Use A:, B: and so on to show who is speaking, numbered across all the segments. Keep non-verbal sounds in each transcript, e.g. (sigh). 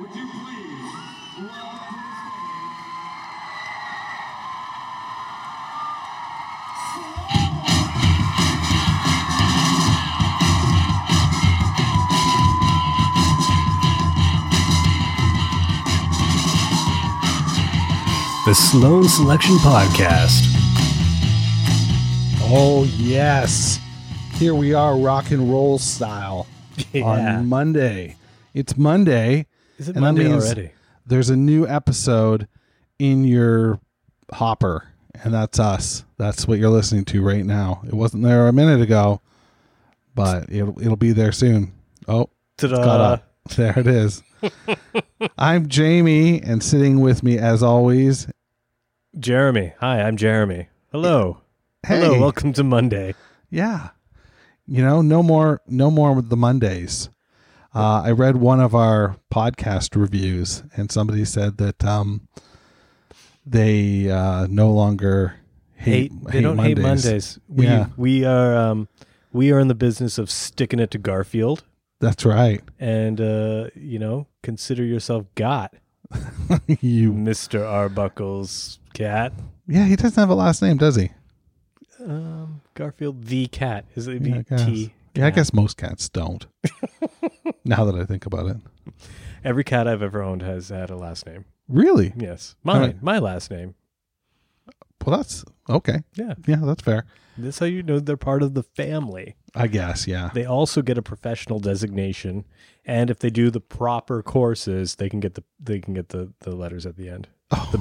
A: Would you please welcome to the stage
B: The Sloan Selection Podcast.
C: Oh, yes. Here we are, rock and roll style on Monday. It's Monday.
B: Is it
C: and that
B: Monday
C: means
B: already?
C: There's a new episode in your hopper, and that's us. That's what you're listening to right now. It wasn't there a minute ago, but it'll, it'll be there soon. Oh, caught
B: Ta-da.
C: up. (laughs) There it is. I'm Jamie, and sitting with me, as always,
B: Jeremy. Hi, I'm Jeremy. Hello. Hello.
C: Hey.
B: Welcome to Monday.
C: Yeah. You know, no more no more with the Mondays. Uh, I read one of our podcast reviews and somebody said that um, they uh, no longer hate,
B: Hate, they don't hate Mondays. We
C: Yeah.
B: we are um we are in the business of sticking it to Garfield
C: That's right. (laughs)
B: and uh you know, consider yourself got
C: you
B: Mr. Arbuckle's cat.
C: Yeah, he doesn't have a last name, does he?
B: Um Garfield the cat. Is it
C: Yeah, I
B: the
C: guess.
B: T?
C: Yeah, I
B: cat?
C: guess most cats don't. (laughs) now that I think about it.
B: Every cat I've ever owned has had a last name.
C: Really?
B: Yes.
C: All
B: Mine.
C: right.
B: My last name.
C: Well that's okay.
B: Yeah.
C: Yeah, that's fair.
B: That's how you know they're part of the family.
C: I guess, yeah.
B: They also get a professional designation, and if they do the proper courses, they can get the they can get the the letters at the end. The
C: Oh.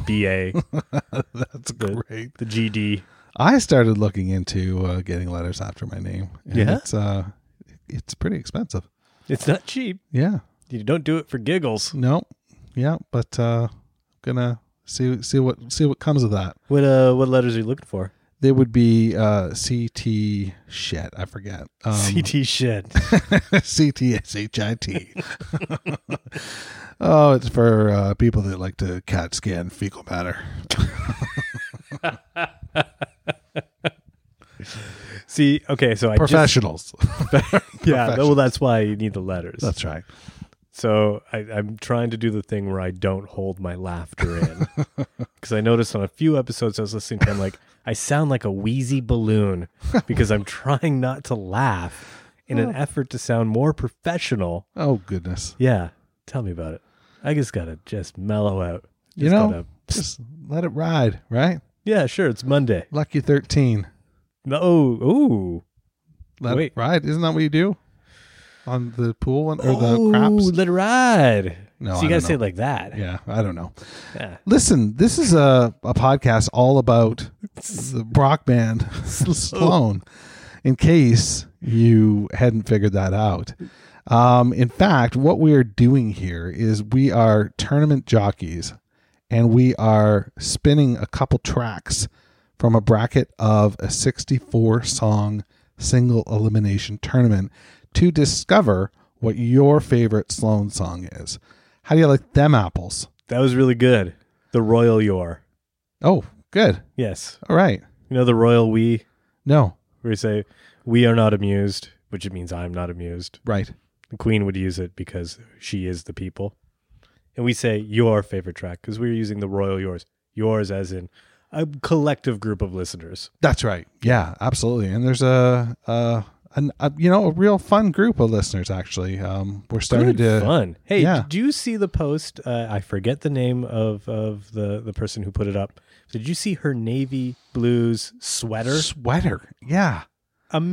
C: (laughs)
B: BA,
C: that's
B: the-
C: great.
B: the GD.
C: I started looking into uh, getting letters after my name. And
B: Yeah?
C: it's uh, it's pretty expensive.
B: It's not cheap.
C: Yeah,
B: You don't do it for giggles.
C: no, yeah, but uh, gonna see see what see what comes of that.
B: What uh what letters are you looking (laughs) for?
C: There would be uh, CT shit. I forget.
B: (laughs)
C: Um,
B: CT shit.
C: (laughs) CTSHIT. (laughs) oh, it's for uh, people that like to CAT scan fecal matter.
B: See, okay, so I (laughs)
C: Professionals.
B: just yeah. Well, that's why you need the letters.
C: That's right.
B: So I, I'm trying to do the thing where I don't hold my laughter in.
C: (laughs)
B: Because I noticed on a few episodes I was listening to, I'm like, I sound like a
C: (laughs)
B: wheezy balloon because I'm trying not to laugh in an effort to sound more professional.
C: Oh goodness.
B: Yeah. Tell me about it. I just got to just mellow out.
C: You
B: Just
C: know,
B: gotta-
C: just let it ride. Right.
B: yeah, sure. It's Monday.
C: Lucky thirteen.
B: No, oh, ooh.
C: Let
B: Wait.
C: it ride. Isn't that what you do on the pool one, or
B: Ooh,
C: the craps?
B: Let it ride.
C: No,
B: so
C: I
B: you got to
C: don't
B: say
C: know.
B: it like that.
C: Yeah, I don't know.
B: Yeah.
C: Listen, this is a, a podcast all about the rock band (laughs) Sloan, in case you hadn't figured that out. Um, in fact, what we are doing here is we are tournament jockeys and we are spinning a couple tracks from a bracket of a 64 song single elimination tournament to discover what your favorite Sloan song is. How do you like them apples?
B: That was really good. The Royal Your.
C: Oh, good.
B: Yes.
C: All right.
B: You know the royal we,
C: No,
B: where you say, we are not amused, which it means I'm not amused.
C: right.
B: The queen would use it because she is the people. And we say your favorite track because we're using the royal yours. Yours as in a collective group of listeners.
C: That's right. Yeah, absolutely. And there's a, a, an, a you know, a real fun group of listeners, actually. Um, we're starting
B: Good
C: to.
B: fun. Hey,
C: yeah.
B: did you see the post? Uh, I forget the name of, of the, the person who put it up. Did you see her navy blues sweater?
C: Sweater. Yeah.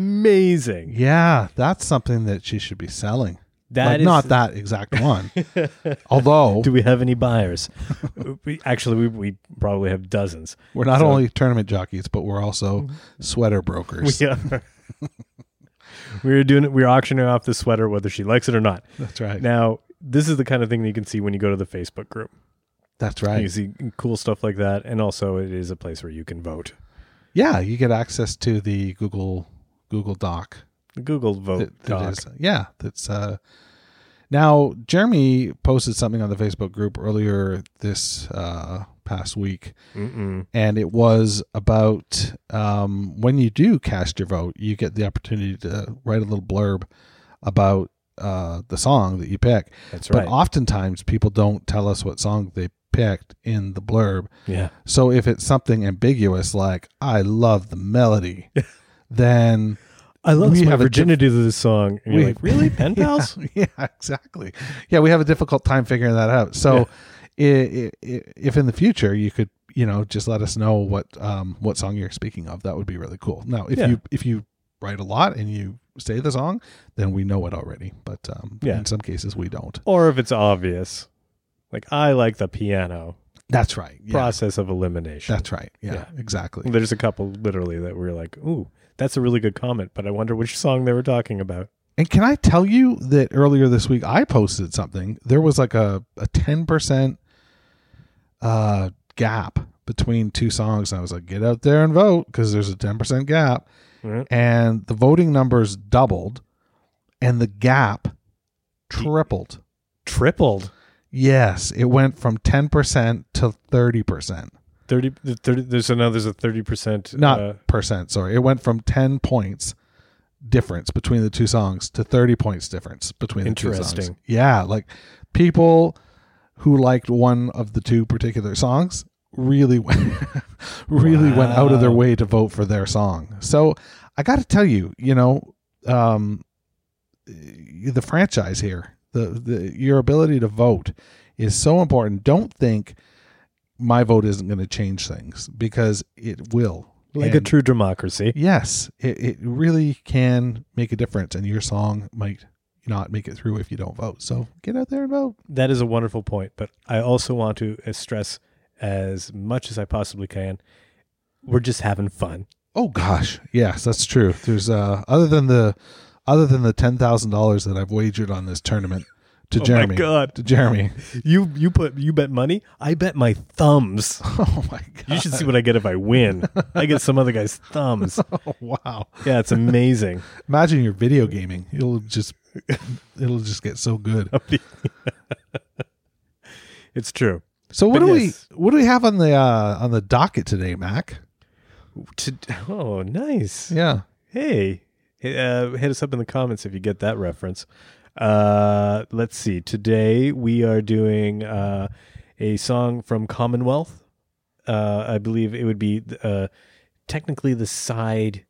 B: Amazing.
C: Yeah. That's something that she should be selling.
B: That
C: Like,
B: is-
C: Not that exact
B: (laughs)
C: one. Although
B: Do we have any buyers? (laughs) we, actually, we, we probably have dozens.
C: we're not
B: So-
C: only tournament jockeys, but we're also sweater brokers.
B: (laughs) We are. we were doing it. We were auctioning off the sweater, whether she likes it or not.
C: That's right.
B: Now, this is the kind of thing that you can see when you go to the Facebook group.
C: That's
B: You
C: right.
B: see cool stuff like that, and also it is a place where you can vote.
C: Yeah. You get access to the Google Google Doc
B: The Google vote
C: that- that
B: doc.
C: is- yeah, that's uh now Jeremy posted something on the Facebook group earlier this uh past week
B: Mm-mm.
C: and it was about um when you do cast your vote, you get the opportunity to write a little blurb about uh, the song that you pick.
B: That's
C: but
B: right.
C: oftentimes people don't tell us what song they picked in the blurb.
B: yeah.
C: So if it's something ambiguous like "I love the
B: (laughs)
C: melody," then
B: I love
C: We
B: my
C: have a
B: virginity to this song. And
C: we-
B: you're like, really? Pen pals?
C: (laughs) Yeah, exactly. Yeah, we have a difficult time figuring that out. So, i i i if in the future you could, you know, just let us know what um what song you're speaking of, that would be really cool. Now, if
B: Yeah.
C: you if you write a lot and you say the song, then we know it already. But um,
B: Yeah.
C: in some cases, we don't.
B: Or if it's obvious, like, I like the piano.
C: That's right. Yeah.
B: Process of elimination.
C: That's right. Yeah,
B: Yeah.
C: exactly.
B: There's a couple literally that we are like, ooh, that's a really good comment, but I wonder which song they were talking about.
C: And can I tell you that earlier this week I posted something. There was like a a ten percent uh gap between two songs, and I was like, get out there and vote because there's a ten percent gap.
B: Right.
C: And the voting numbers doubled, and the gap tripled.
B: Tripled.
C: Yes, it went from ten percent to thirty percent.
B: 30, the 30 there's a, no, there's a 30%.
C: Not
B: uh,
C: percent. Sorry, it went from ten points difference between the two songs to 30 points difference between the two songs.
B: Interesting.
C: Yeah, like people who liked one of the two particular songs really (laughs) went, really went out of their
B: Wow.
C: way to vote for their song. So I got to tell you, you know, um the franchise here, the, the your ability to vote is so important. Don't think my vote isn't going to change things because it will.
B: like a
C: And-
B: true democracy.
C: Yes, it, it really can make a difference, and your song might not make it through if you don't vote. So get out there and vote.
B: That is a wonderful point, but I also want to uh, stress as much as I possibly can, we're just having fun.
C: Oh gosh, yes, that's true. There's uh, other than the other than the ten thousand dollars that I've wagered on this tournament to
B: Oh my
C: Jeremy.
B: God.
C: to Jeremy. (laughs)
B: You you put you bet money. I bet my thumbs.
C: Oh my god.
B: You should see what I get if I win. I get some other guy's thumbs.
C: Oh, (laughs) wow.
B: Yeah, it's (laughs) amazing.
C: Imagine your video gaming. It'll just (laughs) it'll just get so good.
B: It's true.
C: So what
B: But
C: do
B: yes.
C: we what do we have on the uh, on the docket today, Mac?
B: To- oh, nice.
C: Yeah.
B: Hey, Hey, uh, hit us up in the comments if you get that reference. Uh, let's see. Today we are doing uh, a song from Commonwealth. Uh, I believe it would be uh, technically the side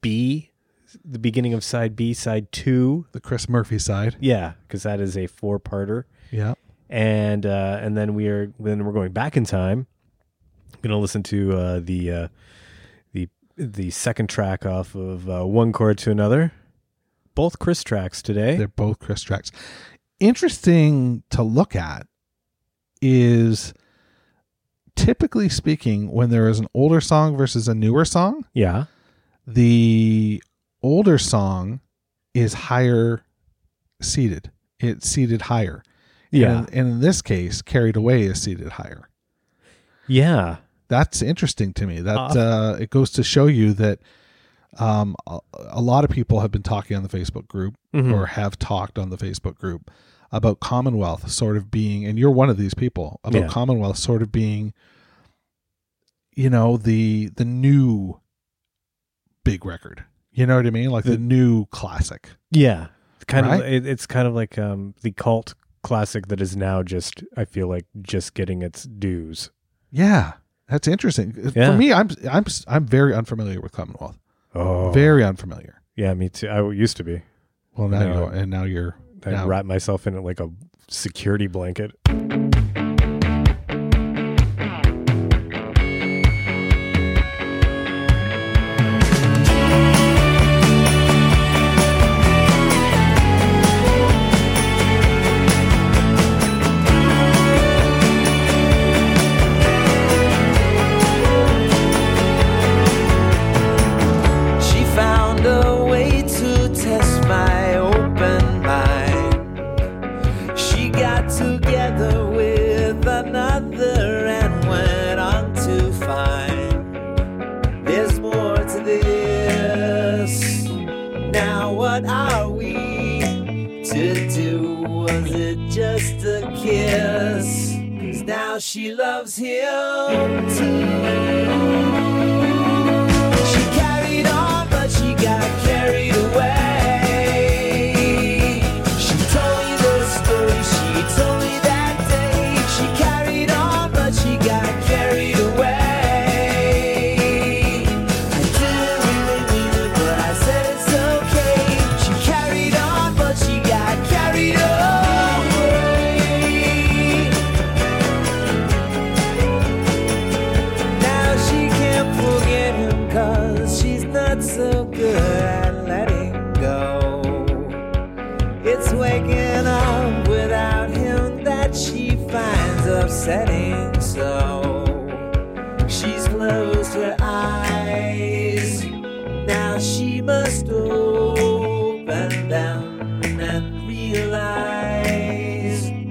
B: B, the beginning of side B, side two.
C: The Chris Murphy side.
B: Yeah, because that is a four-parter
C: Yeah.
B: and uh, and then we are then we're going back in time. gonna listen to uh, the uh, the the second track off of uh, one chord to another. Both Chris tracks today.
C: They're both Chris tracks. Interesting to look at is typically speaking, when there is an older song versus a newer song,
B: yeah,
C: the older song is higher seated. It's seated higher.
B: yeah,
C: And, and in this case, Carried Away is seated higher.
B: yeah.
C: That's interesting to me. That uh,
B: Uh,
C: it goes to show you that um, a, a lot of people have been talking on the Facebook group
B: Mhm.
C: or have talked on the Facebook group about Commonwealth sort of being, and you're one of these people about
B: Yeah.
C: Commonwealth sort of being, you know, the the new big record. You know what I mean? Like the,
B: The-
C: new classic.
B: yeah. It's Kind of,
C: Right?
B: it, it's kind of like um, the cult classic that is now just. I feel like just getting its dues.
C: Yeah, that's interesting. For
B: Yeah.
C: me, I'm I'm I'm very unfamiliar with Commonwealth.
B: Oh,
C: Very unfamiliar.
B: yeah. Me too. I used to be.
C: Well, now
B: No.
C: you know, and now you're
B: I
C: now,
B: wrap myself in it like a security blanket.
D: She found a way to test my open mind. She got together with another and went on to find there's more to this. Now, what are we to do? Was it just a kiss? 'Cause now she loves him too. She carried on, but she got carried away.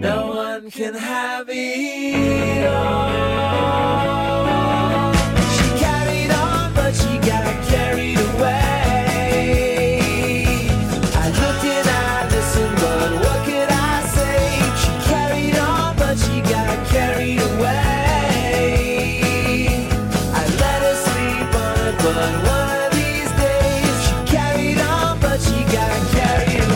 D: one can have it all. She carried on, but she got carried away. I looked and I listened, but what could I say? She carried on, but she got carried away. I let her sleep on it, but one of these days she carried on, but she got carried away.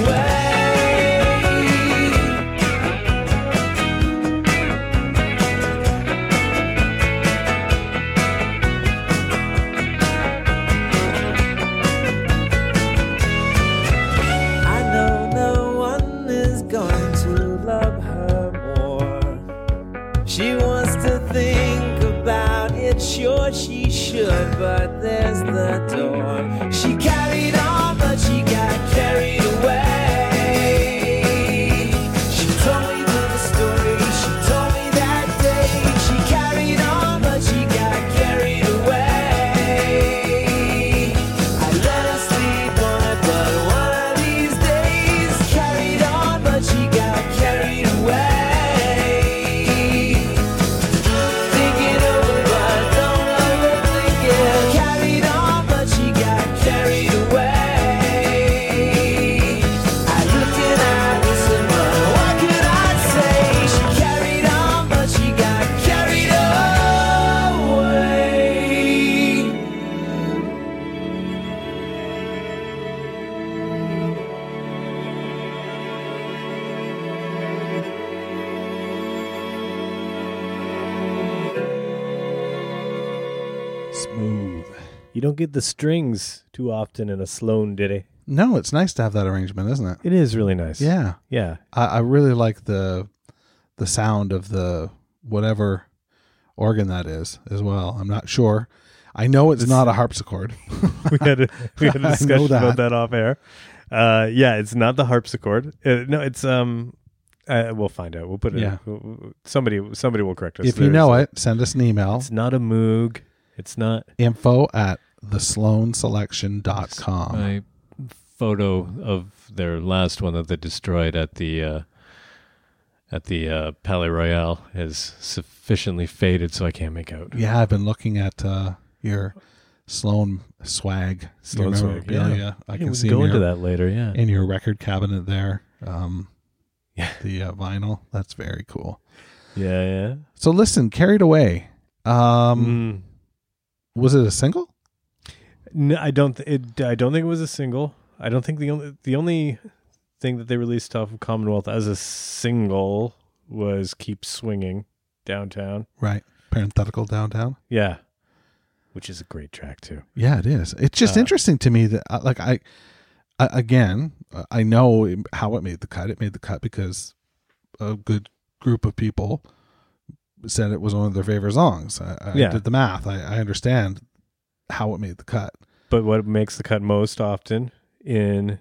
D: I know no one is going to love her more. She wants to think about it, sure she should, but there's the door. She carried on, but she got carried away. She told me the story, she told me that day. She carried on, but she got carried away. I let her sleep on it, but one of these days carried on, but she got carried away. Thinking over, but don't overthink it. Carried on, but she got carried away. I looked and I listened, but what could I say? She carried on, but she got carried away.
C: Smooth.
B: You don't get the strings too often in a Sloan ditty.
C: No, it's nice to have that arrangement, isn't it?
B: It is really nice.
C: Yeah.
B: Yeah.
C: I, I really like the the sound of the whatever organ that is as well. I'm not sure. I know it's not a harpsichord.
B: (laughs) we had a, we
C: (laughs)
B: had
C: I know
B: a discussion
C: that.
B: about that off air. Uh, yeah, it's not the harpsichord. Uh, no, it's um, uh, we'll find out. We'll put it.
C: Yeah.
B: Somebody, somebody will correct us.
C: if you
B: There's-
C: know it, send us an email.
B: it's not a moog. It's not.
C: Info at thesloanselection.com.
E: my photo of their last one that they destroyed at the uh, at the uh, Palais Royal is sufficiently faded, so I can't make out.
C: Yeah, I've been looking at uh, your Sloan swag.
B: Sloan
C: your
B: swag, yeah.
C: memorabilia. I
E: Yeah,
C: can
E: we
C: see
E: go
C: in
E: into
C: your,
E: that later. Yeah,
C: in your record cabinet there. Um,
E: Yeah.
C: The uh, vinyl. That's very cool.
E: yeah, yeah.
C: So listen, Carried Away. Um,
B: Mm.
C: Was it a single?
E: Mm.
B: No, I don't. Th- it, I don't think it was a single. I don't think the only the only thing that they released off of Commonwealth as a single was "Keep Swinging Downtown."
C: Right. Parenthetical downtown.
B: Yeah, which is a great track too.
C: Yeah, it is. It's just
B: Uh,
C: interesting to me that uh, like I, I again, uh, I know it- how it made the cut. It made the cut because a good group of people said it was one of their favorite songs. I, I
B: Yeah.
C: did the math. I, I understand how it made the cut.
B: But what makes the cut most often in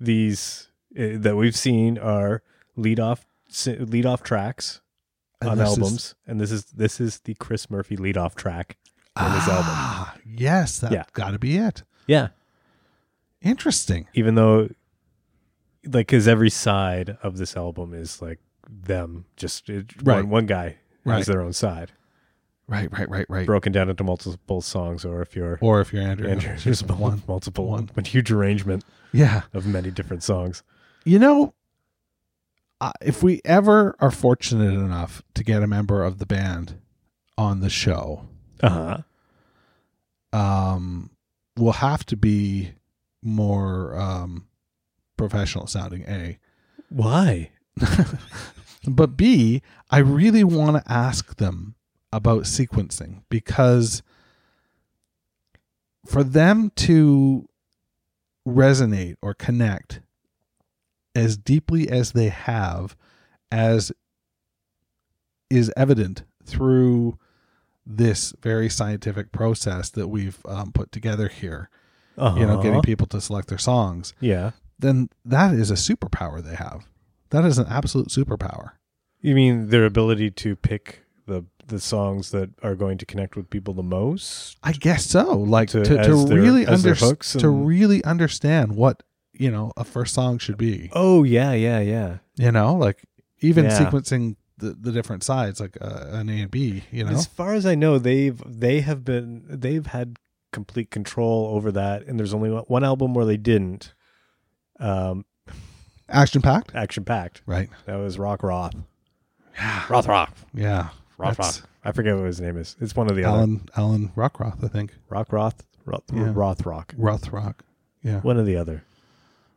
B: these uh, that we've seen are lead off si- lead off tracks
C: And
B: on
C: this is-
B: albums, and this is this is the Chris Murphy lead off track on this album.
C: ah, yes, that
B: Yeah.
C: got to be it.
B: Yeah,
C: Interesting.
B: even though like because every side of this album is like them just it,
C: Right.
B: one, one guy
C: Right.
B: has their own side
C: Right, right, right, right.
B: broken down into multiple songs or if you're
C: Or if you're Andrew,
B: Andrew,
C: it's
B: there's
C: (laughs) just one.
B: multiple
C: one.
B: one huge arrangement
C: Yeah.
B: of many different songs
C: You know, I- if we ever are fortunate enough to get a member of the band on the show,
B: uh-huh
C: um, will have to be more um, professional sounding. A,
B: why
C: (laughs) but B, I really want to ask them about sequencing because for them to resonate or connect as deeply as they have as is evident through this very scientific process that we've um, put together here
B: uh-huh.
C: you know getting people to select their songs
B: yeah
C: then that is a superpower they have that is an absolute superpower
B: you mean their ability to pick the the songs that are going to connect with people the most
C: I guess so. Like to,
B: To-
C: to,
B: as their-
C: really
B: as their
C: under,
B: hooks
C: to
B: and-
C: really understand what you know a first song should be.
B: oh yeah yeah yeah
C: You know, like even
B: Yeah.
C: sequencing the, the different sides, like uh, an A and B. You know,
B: As far as I know, they've they have been they've had complete control over that, and there's only one- one album where they didn't. Um,
C: action packed.
B: action packed.
C: Right.
B: That was Rock Roth. Roth Rock.
C: Yeah.
B: Roth
C: That's
B: Roth. I forget what his name is. It's one of the other.
C: Alan Alan Rockroth, I think.
B: Rock Roth. Roth,
C: Yeah.
B: Roth Rock.
C: Rothrock. Yeah.
B: One or the other.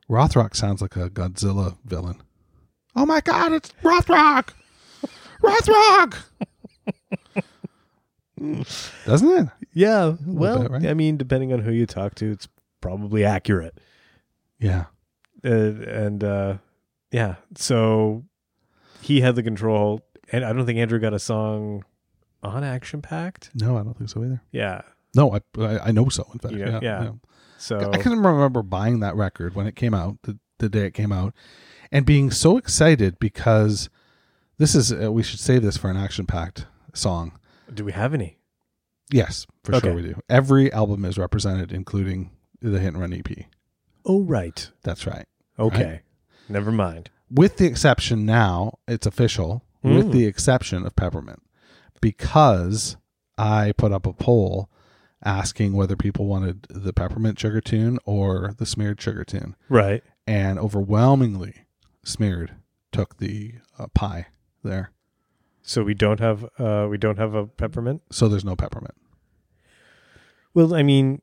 C: Rothrock sounds like a Godzilla villain. Oh my god, it's Rothrock! Rothrock! Doesn't it?
B: Yeah. Well,
C: bit, right?
B: I mean, depending on who you talk to, it's probably accurate.
C: Yeah.
B: Uh, and uh, yeah, so he had the control, and I don't think Andrew got a song on Action Packed.
C: No, I don't think so either.
B: Yeah.
C: No, I I, I know so, in fact.
B: You know, yeah. Oh. So
C: I can remember buying that record when it came out, the, the day it came out, and being so excited because this is, uh, we should save this for an action packed song.
B: do we have any?
C: Yes, for
B: Okay.
C: sure we do. Every album is represented, including the Hit and Run EP.
B: Oh, right.
C: That's right.
B: Okay. Never mind.
C: With the exception now, it's official,
B: Mm.
C: with the exception of Peppermint, because I put up a poll asking whether people wanted the Peppermint Sugar tune or the Smeared Sugar tune.
B: Right.
C: And overwhelmingly, Smeared took the uh, pie there.
B: So we don't have uh we don't have a peppermint.
C: So there's no Peppermint.
B: Well, I mean,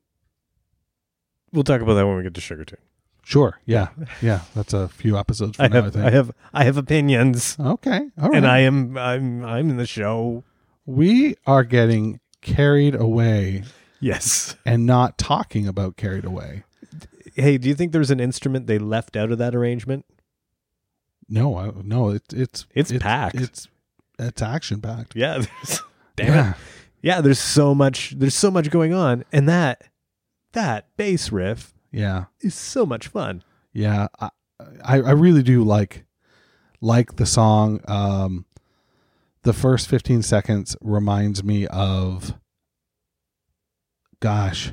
B: we'll talk about that when we get to Sugar Tune.
C: Sure. Yeah. Yeah. That's a few episodes from
B: (laughs) I
C: now, I
B: have
C: think.
B: I have I have opinions,
C: okay. All right.
B: and I am I'm I'm in the show.
C: We are getting carried away
B: Yes.
C: and not talking about carried away.
B: Hey, do you think there's an instrument they left out of that arrangement?
C: No, I, no, it, it's
B: It's packed.
C: It's it's action packed.
B: Yeah. There's, damn it. (laughs) Yeah. There's so much. There's so much going on, and that that bass riff
C: yeah,
B: is so much fun.
C: yeah. I I I really do like like the song. Um, the first fifteen seconds reminds me of, gosh,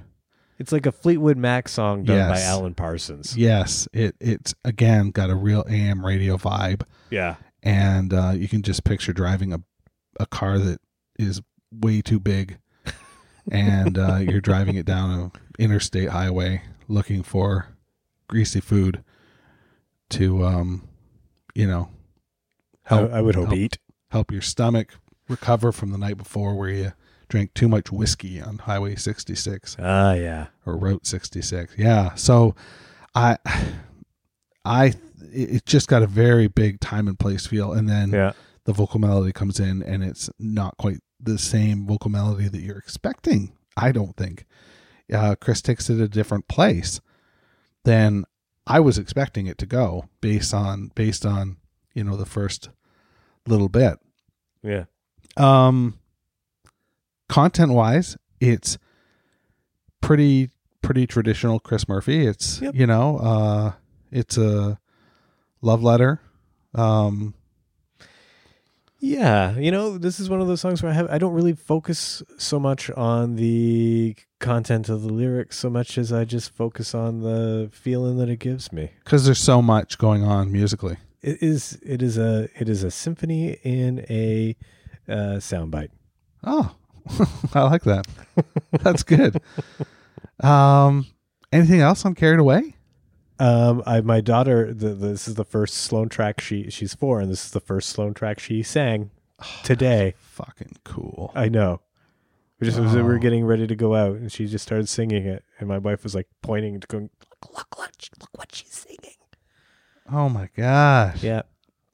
B: It's like a Fleetwood Mac song done by
C: Yes.
B: Alan Parsons.
C: yes, it it's again got a real AM radio vibe.
B: Yeah.
C: and uh, you can just picture driving a a car that is way too big, and uh, you're driving it down an interstate highway looking for greasy food to, um, you know, help
B: I, I would hope
C: help,
B: eat.
C: help your stomach recover from the night before where you drank too much whiskey on Highway 66
B: Ah, yeah.
C: or Route 66. Yeah. So I, (sighs) I, it just got a very big time and place feel. And then
B: Yeah.
C: the vocal melody comes in and it's not quite the same vocal melody that you're expecting. I don't think. Uh, Chris takes it a different place than I was expecting it to go based on based on you know the first little bit.
B: Yeah.
C: Um, content wise, it's pretty pretty traditional Chris Murphy. It's
B: Yep.
C: you know uh, it's a love letter. Um,
B: Yeah, you know, this is one of those songs where I have I don't really focus so much on the content of the lyrics so much as I just focus on the feeling that it gives me.
C: because there's so much going on musically.
B: It is it is a it is a symphony in a uh, soundbite.
C: Oh, (laughs) I like that. That's
B: (laughs)
C: good. um, anything else on Carried Away?
B: Um, I my daughter the, this is the first Sloan track she she's four and this is the first Sloan track she sang
C: Oh,
B: today.
C: Fucking cool.
B: I know. We just we were
C: Wow.
B: getting ready to go out and she just started singing it and my wife was like pointing to going look look what she- look what she's singing.
C: Oh my gosh.
B: Yeah.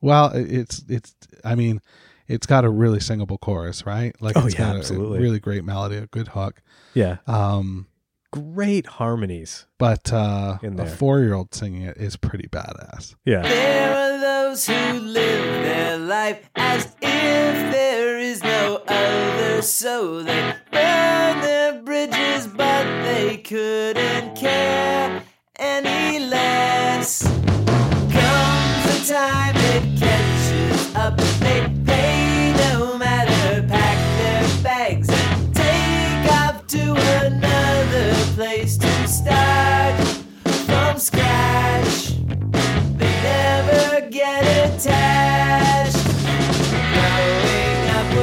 C: Well, i- it's it's. I mean, it's got a really singable chorus, right? Like,
B: Oh,
C: it's
B: yeah,
C: got a-
B: absolutely.
C: A really great melody, a good hook.
B: Yeah.
C: Um,
B: Great harmonies.
C: but uh,
B: In
C: a
B: there.
C: four-year-old singing it is pretty badass.
B: Yeah.
D: There are those who live their life as if there is no other, so they burn their bridges, but they couldn't care any less. Comes a time it catches up, they pay no matter, pack their bags and take off to another place to start from scratch. They never get attached. Now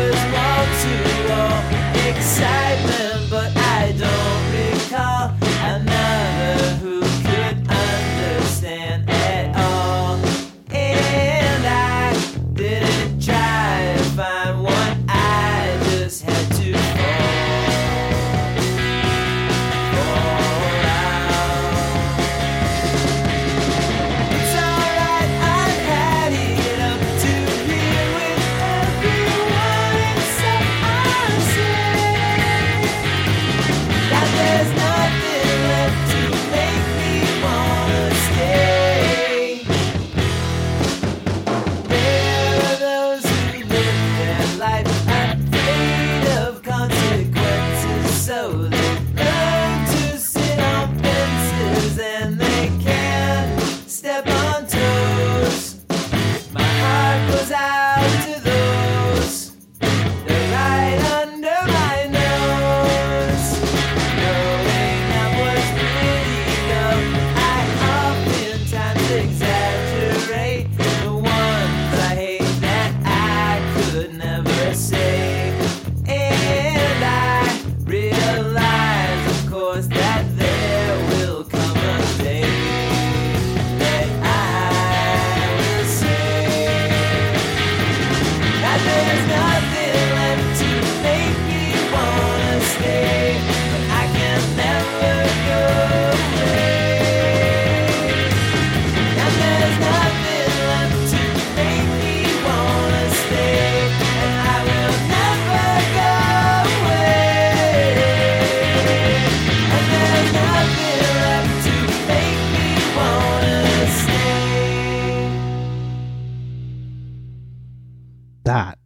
C: that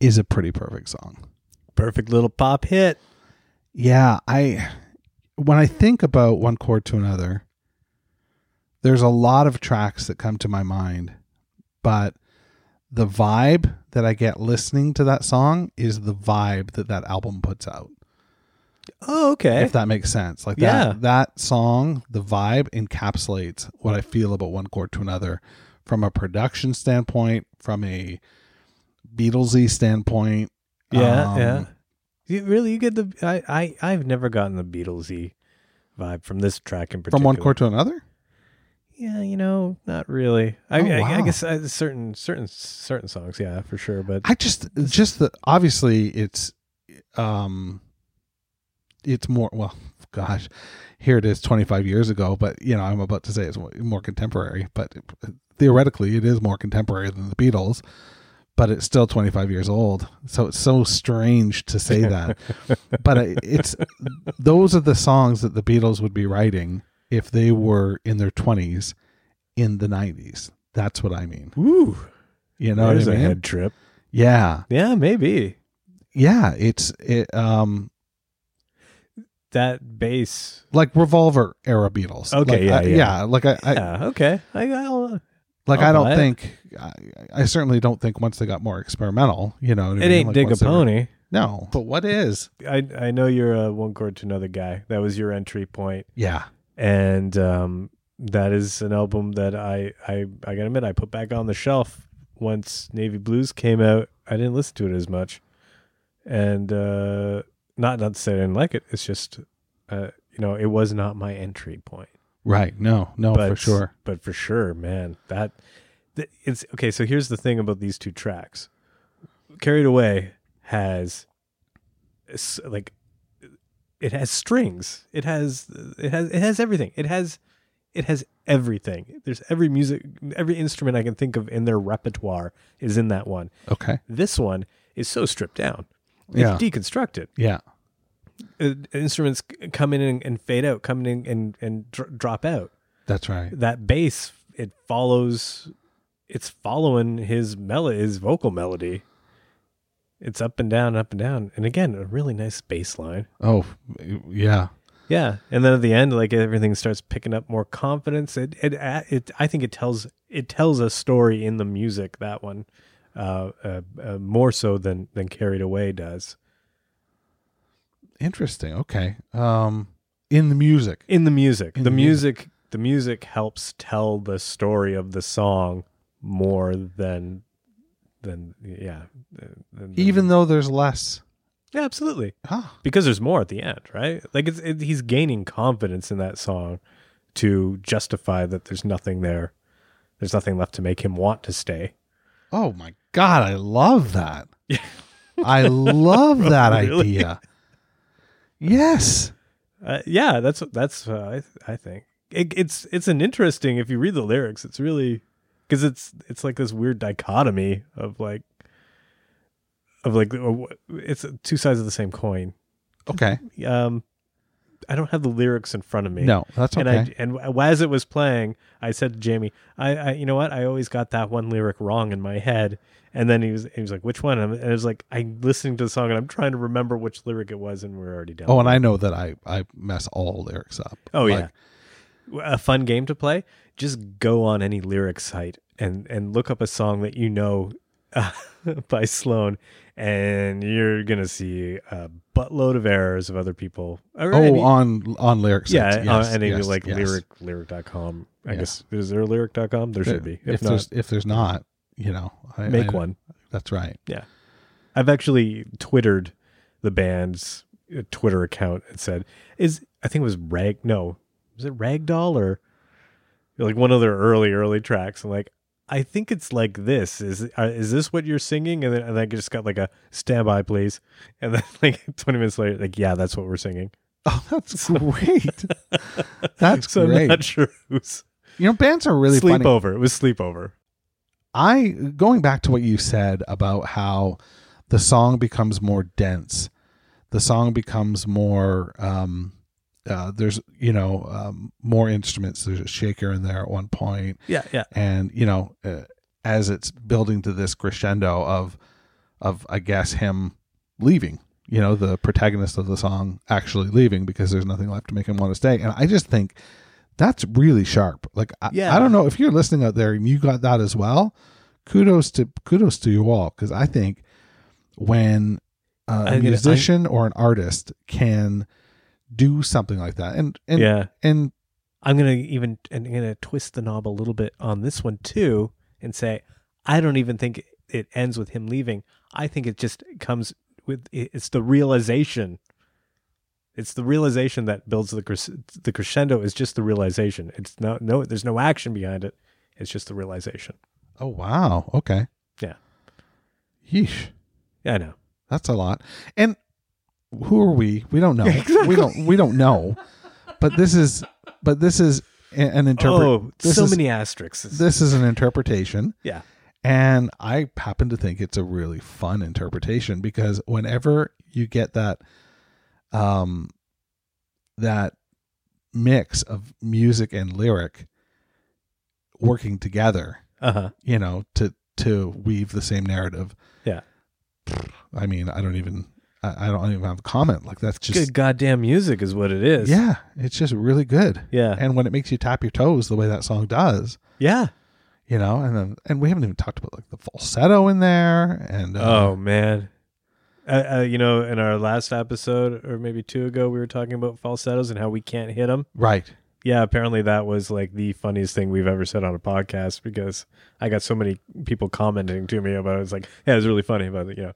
C: is a pretty perfect song.
B: Perfect little pop hit.
C: Yeah, I when I think about one chord to another, there's a lot of tracks that come to my mind, but the vibe that I get listening to that song is the vibe that that album puts out.
B: Oh, okay.
C: If that makes sense, like
B: Yeah.
C: that that song, the vibe encapsulates what I feel about one chord to another, from a production standpoint, from a Beatlesy standpoint.
B: yeah,
C: um,
B: yeah. You, really, you get the I, I I've never gotten the Beatlesy vibe from this track in particular.
C: From one chord to another.
B: Yeah, you know, not really. I
C: Oh,
B: I, I
C: wow.
B: guess uh certain certain certain songs, yeah, for sure. But
C: I just just the obviously it's um it's more well gosh here it is 25 years ago but you know I'm about to say it's more- more contemporary but theoretically it is more contemporary than the Beatles but it's still 25 years old so it's so strange to say
B: (laughs)
C: that but I- it's those are the songs that the Beatles would be writing if they were in their 20s in the 90s that's what I mean
B: ooh,
C: you know
B: there's
C: what I
B: a
C: mean
B: head trip.
C: yeah
B: Yeah, maybe
C: yeah it's it um
B: that bass.
C: like revolver era beatles
B: Okay,
C: Like,
B: yeah,
C: I-
B: yeah.
C: like i, I
B: yeah, okay. I, I'll, it
C: like
B: I'll
C: i
B: buy
C: don't
B: it.
C: think I, I certainly don't think once they got more experimental you know what I mean?
B: ain't
C: Like,
B: dig a
C: once they were-
B: pony.
C: no but what is
B: I I know you're a one chord to another guy. That was your entry point,
C: yeah
B: and um, that is an album that I I I gotta admit I put back on the shelf once Navy Blues came out. I didn't listen to it as much, and uh, not not to say I didn't like it. It's just uh, you know it was not my entry point.
C: right no no Oh, for sure
B: But for sure, man, that th- it's okay. So here's the thing about these two tracks. Carried Away has s- like it has strings. It has it has it has everything. It has it has everything. There's every music, every instrument I can think of in their repertoire is in that one.
C: okay
B: This one is so stripped down. It's
C: Yeah.
B: deconstructed
C: yeah
B: uh, instruments c- come in and, and fade out, come in and and dr- drop out.
C: that's right
B: That bass, it follows, it's following his mel his vocal melody. It's up and down, up and down, and again, a really nice bass line.
C: oh yeah
B: Yeah, and then at the end, like everything starts picking up more confidence. It it a- it I think it tells it tells a story in the music that one, uh, uh, uh more so than than Carried Away does
C: interesting okay um in the music
B: in the music.
C: In
B: the
C: the
B: music, the music helps tell the story of the song more than than yeah. than- than-
C: even though there's less
B: yeah, absolutely
C: ah
B: because there's more at the end, right? Like it's it, he's gaining confidence in that song to justify that there's nothing there. There's nothing left to make him want to stay.
C: Oh my god, I love
B: (laughs)
C: that. I love that
B: Really?
C: idea. Yes.
B: Uh, yeah, that's that's uh, I I think it, it's it's an interesting if you read the lyrics, it's really because it's it's like this weird dichotomy of like of like uh, wh- it's two sides of the same coin.
C: Okay.
B: Um, I don't have the lyrics in front of (laughs) me.
C: No, that's
B: And
C: okay.
B: I and w- as it was playing, I said to Jamie, "I, I you know what? I always got that one lyric wrong in my head." And then he was he was like, "Which one?" And I was like, "I'm listening to the song and I'm trying to remember which lyric it was, and we're already down."
C: oh, and I know that I I mess all lyrics up.
B: Oh
C: Like,
B: yeah, W- a fun game to play. Just go on any lyric site and and look up a song that you know (laughs) uh, by Sloan, and you're gonna see a buttload of errors of other people. Or
C: Oh,
B: any-
C: on on lyrics.
B: yeah,
C: yes,
B: on any
C: yes,
B: like
C: yes.
B: lyric lyric.com. I
C: Yeah.
B: guess is there a lyric.com? There should be. If,
C: If,
B: not,
C: there's if there's not, you know, I,
B: make
C: I-
B: one.
C: That's right.
B: (laughs) I've actually twittered the band's uh, Twitter account and said, "Is I think it was Rag? No, was it Ragdoll or like one of their early early tracks?" I'm like, "I think it's like this. Is uh, is this what you're singing?" And then and I just got like a standby, please. And then (laughs) like 20 minutes later, like, "Yeah, that's what we're singing."
C: Oh, that's (laughs) great. that's
B: (laughs) So I'm
C: great.
B: not sure who's
C: you know, bands are really funny.
B: sleepover. It was sleepover.
C: I going back to what you said about how the song becomes more dense, the song becomes more. Um, uh, there's you know um, more instruments. There's a shaker in there at one point,
B: Yeah, yeah.
C: and you know uh, as it's building to this crescendo of of I guess him leaving. You know, the protagonist of the song actually leaving because there's nothing left to make him want to stay. And I just think that's really sharp. Like I,
B: Yeah.
C: I don't know if you're listening out there and you got that as well. Kudos to kudos to you all because I think when uh,
B: I
C: a
B: mean, I-
C: musician or an artist can do something like that and and
B: yeah.
C: and
B: I'm gonna even and I'm gonna twist the knob a little bit on this one too, and say I don't even think it ends with him leaving. I think it just comes with it's the realization. It's the realization that builds the cres- the crescendo. Is just the realization. It's not no. There's no action behind it. It's just the realization.
C: oh wow okay
B: Yeah.
C: yeesh
B: Yeah, I know.
C: That's a lot. And who are we? We
B: (laughs)
C: don't know. We don't we don't know. But this is but this is a- an interpret
B: oh,
C: this
B: so
C: is-
B: many asterisks.
C: this is an interpretation
B: yeah,
C: and I happen to think it's a really fun interpretation because whenever you get that um that mix of music and lyric working together,
B: uh huh.
C: you know, to to weave the same narrative.
B: Yeah.
C: I mean, I don't even I, I don't even have a comment. Like that's just
B: Good goddamn music is what it is.
C: yeah, it's just really good.
B: yeah,
C: And when it makes you tap your toes the way that song does,
B: yeah.
C: you know, and then and we haven't even talked about like the falsetto in there and uh,
B: Oh man, uh, uh, you know, in our last episode or maybe two ago, we were talking about falsettos and how we can't hit them.
C: right.
B: Yeah, apparently that was like the funniest thing we've ever said on a podcast because I got so many people commenting to me about it. It's like, yeah, it's really funny about it, you know,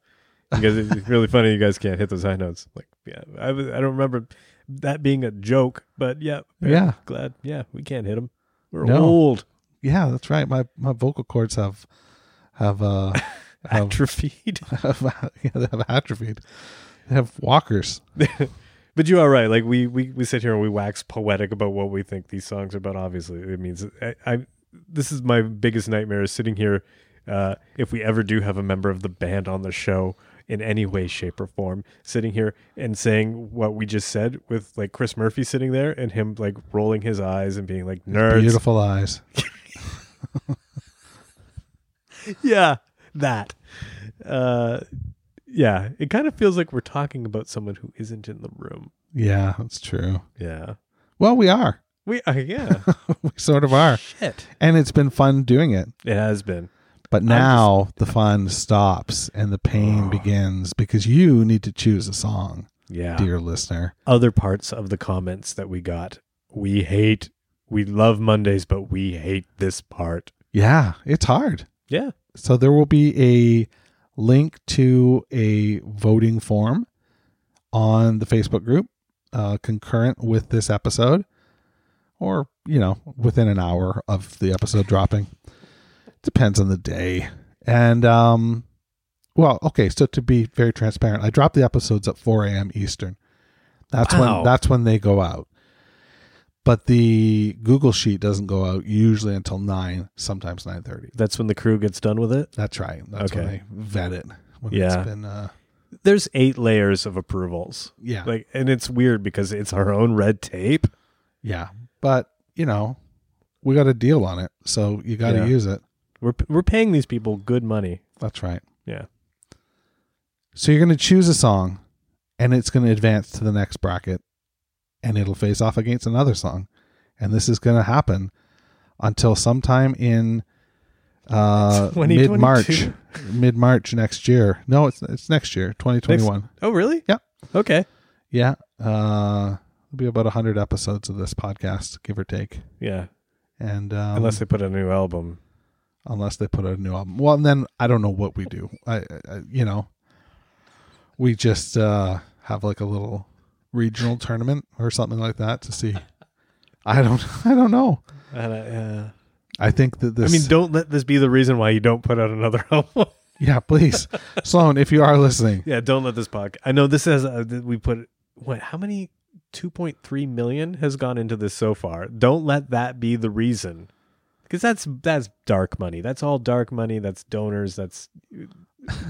B: because it's really funny you guys can't hit those high notes. Like, yeah, I, was- I don't remember that being a joke, but yeah,
C: Yeah.
B: glad, yeah, we can't hit them. We're
C: No.
B: old,
C: Yeah, that's right. My my vocal cords have have uh
B: (laughs)
C: have,
B: atrophied.
C: have, (laughs) yeah, they have atrophied. They have walkers.
B: But you are right. Like we we we sit here and we wax poetic about what we think these songs are about. Obviously, it means I, I this is my biggest nightmare is sitting here. Uh, if we ever do have a member of the band on the show in any way, shape, or form, sitting here and saying what we just said with like Chris Murphy sitting there and him like rolling his eyes and being like nerds.
C: Beautiful eyes.
B: (laughs) Yeah, that. Uh, yeah, it kind of feels like we're talking about someone who isn't in the room.
C: Yeah, that's true.
B: Yeah,
C: Well, we are. (laughs)
B: we uh, yeah. (laughs)
C: we sort of are.
B: Shit,
C: And it's been fun doing it.
B: it has been.
C: But now the fun stops and the pain begins because you need to choose a song,
B: Yeah.
C: dear listener.
B: Other parts of the comments that we got. We hate, we love Mondays, but we hate this part.
C: Yeah, it's hard.
B: Yeah.
C: So there will be a link to a voting form on the Facebook group uh, concurrent with this episode or, you know, within an hour of the episode dropping. Depends on the day. And, um, well, okay. So to be very transparent, I drop the episodes at 4 a.m. Eastern. That's
B: Wow.
C: when that's when they go out. But the Google sheet doesn't go out usually until nine, sometimes nine thirty.
B: That's when the crew gets done with it.
C: That's right. That's when
B: Okay.
C: I vet it. When
B: Yeah.
C: It's been, uh,
B: There's eight layers of approvals.
C: yeah.
B: Like, and it's weird because it's our own red tape.
C: yeah. But, you know, we got a deal on it. So you got to
B: Yeah.
C: use it.
B: We're, we're paying these people good money.
C: That's right.
B: Yeah.
C: So you're going to choose a song and it's going to advance to the next bracket and it'll face off against another song. And this is going to happen until sometime in
B: (laughs)
C: uh,
B: 2022.
C: mid March. Mid March next year. No, it's it's next year, 2021.
B: Oh, really?
C: Yep.
B: Okay.
C: Yeah. Uh it'll be about 100 episodes of this podcast, give or take.
B: Yeah.
C: And um,
B: Unless they put a new album.
C: unless they put out a new album. Well, and then I don't know what we do. I, I I- you know, we just uh have like a little regional tournament or something like that to
B: (laughs)
C: see. I don't (laughs) I don't know.
B: And I, uh,
C: I think that
B: I
C: this
B: mean, don't let this be the reason why you don't put out another (laughs) album.
C: Yeah,
B: (laughs)
C: please. Sloan, if you are listening.
B: Yeah, don't let this podcast. I know this has uh, th- we put what how many 2.3 million has gone into this so far. Don't let that be the reason. Cuz that's that's dark money. That's all dark money. That's donors. That's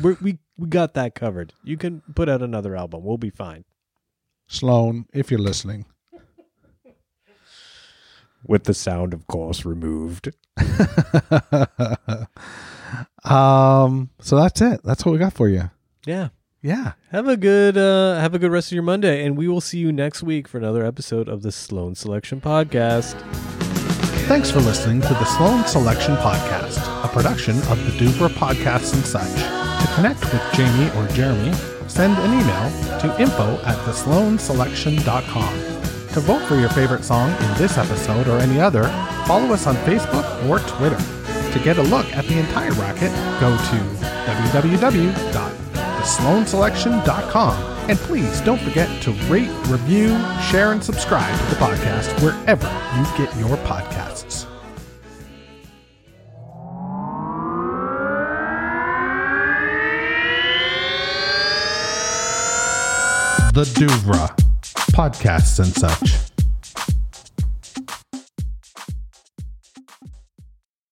B: we're, we we got that covered. You can put out another album. We'll be fine.
C: Sloan, if you're listening.
B: with the sound, of course, removed.
C: um, so that's it. That's what we got for you.
B: Yeah.
C: Yeah.
B: Have a good uh, have a good rest of your Monday, and we will see you next week for another episode of the Sloan Selection Podcast.
C: Thanks for listening to the Sloan Selection Podcast, a production of the Dubra Podcasts and such. To connect with Jamie or Jeremy, send an email to info at thesloanselection.com. To vote for your favorite song in this episode or any other, follow us on Facebook or Twitter. To get a look at the entire racket, go to www.thesloanselection.com. And please don't forget to rate, review, share, and subscribe to the podcast wherever you get your podcasts. The Duvra, podcasts and such.